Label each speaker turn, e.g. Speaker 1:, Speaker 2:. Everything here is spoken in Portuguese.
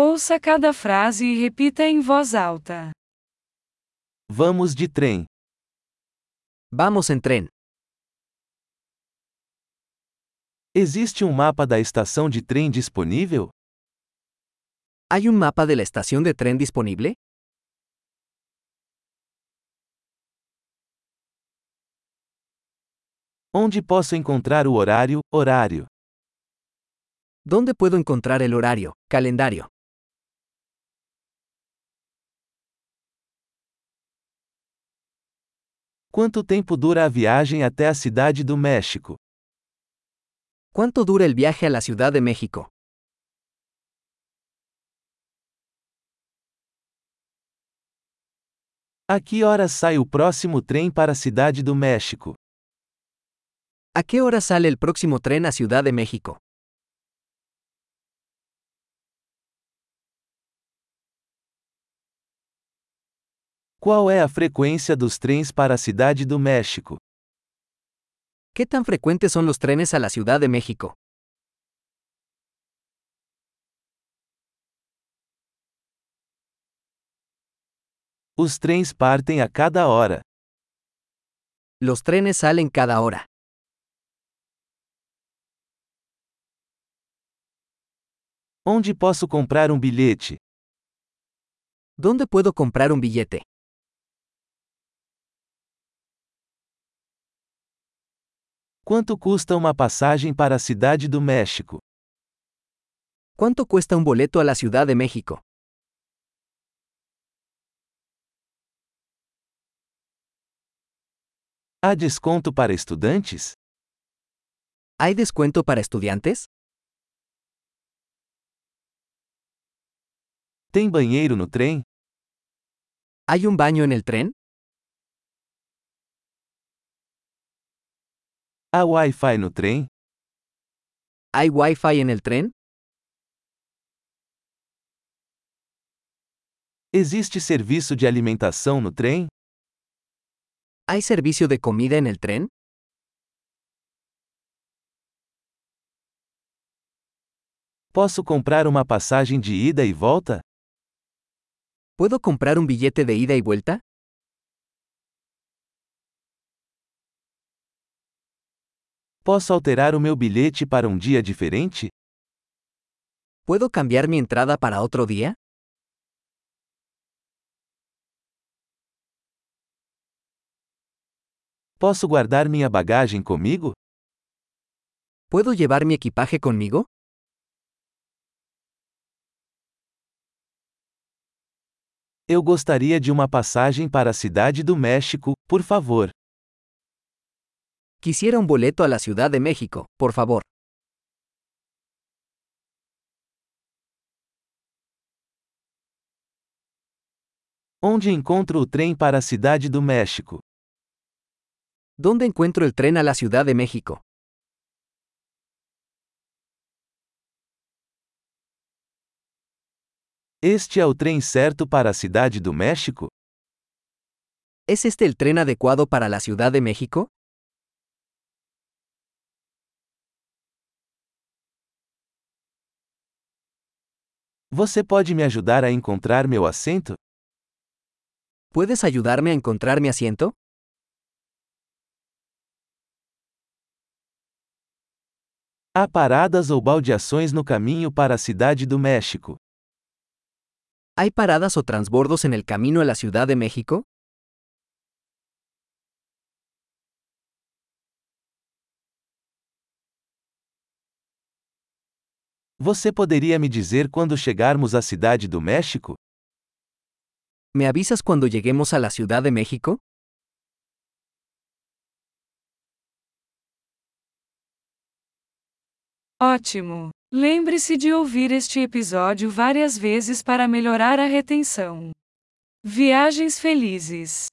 Speaker 1: Ouça cada frase e repita em voz alta.
Speaker 2: Vamos de trem.
Speaker 3: Vamos en tren.
Speaker 2: Existe um mapa da estação de trem disponível?
Speaker 3: ¿Hay un mapa de la estación de tren disponible?
Speaker 2: Onde posso encontrar o horário? Horário.
Speaker 3: ¿Dónde puedo encontrar el horario, calendario?
Speaker 2: Quanto tempo dura a viagem até a cidade do México?
Speaker 3: ¿Cuánto dura el viaje a la Ciudad de México?
Speaker 2: A que horas sai o próximo trem para a cidade do México?
Speaker 3: ¿A qué hora sale el próximo tren a Ciudad de México?
Speaker 2: Qual é a frequência dos trens para a cidade do México?
Speaker 3: ¿Qué tan frecuentes son los trenes a la Ciudad de México?
Speaker 2: Os trens partem a cada hora.
Speaker 3: Los trenes salen cada hora.
Speaker 2: Onde posso comprar um bilhete?
Speaker 3: ¿Dónde puedo comprar un billete?
Speaker 2: Quanto custa uma passagem para a cidade do México?
Speaker 3: ¿Cuánto cuesta un boleto a la Ciudad de México?
Speaker 2: Há desconto para estudantes?
Speaker 3: ¿Hay descuento para estudiantes?
Speaker 2: Tem banheiro no trem?
Speaker 3: ¿Hay un baño en el tren?
Speaker 2: Há Wi-Fi no trem?
Speaker 3: ¿Hay Wi-Fi en el tren?
Speaker 2: Existe serviço de alimentação no trem?
Speaker 3: ¿Hay servicio de comida en el tren?
Speaker 2: Posso comprar uma passagem de ida e volta?
Speaker 3: ¿Puedo comprar un billete de ida y vuelta?
Speaker 2: Posso alterar o meu bilhete para um dia diferente?
Speaker 3: ¿Puedo cambiar mi entrada para otro día?
Speaker 2: Posso guardar minha bagagem comigo?
Speaker 3: ¿Puedo llevar mi equipaje conmigo?
Speaker 2: Eu gostaria de uma passagem para a cidade do México, por favor.
Speaker 3: Quisiera un boleto a la Ciudad de México, por favor.
Speaker 2: Onde encontro o trem para a cidade do México?
Speaker 3: ¿Dónde encuentro el tren a la Ciudad de México?
Speaker 2: Este é o trem certo para a cidade do México?
Speaker 3: ¿Es este el tren adecuado para la Ciudad de México?
Speaker 2: Você pode me ajudar a encontrar meu assento?
Speaker 3: ¿Puedes ayudarme a encontrar mi asiento?
Speaker 2: Há paradas ou baldeações no caminho para a cidade do México?
Speaker 3: ¿Hay paradas o transbordos en el camino a la Ciudad de México?
Speaker 2: Você poderia me dizer quando chegarmos à cidade do México?
Speaker 3: ¿Me avisas cuando lleguemos a la Ciudad de México?
Speaker 1: Ótimo! Lembre-se de ouvir este episódio várias vezes para melhorar a retenção. Viagens felizes!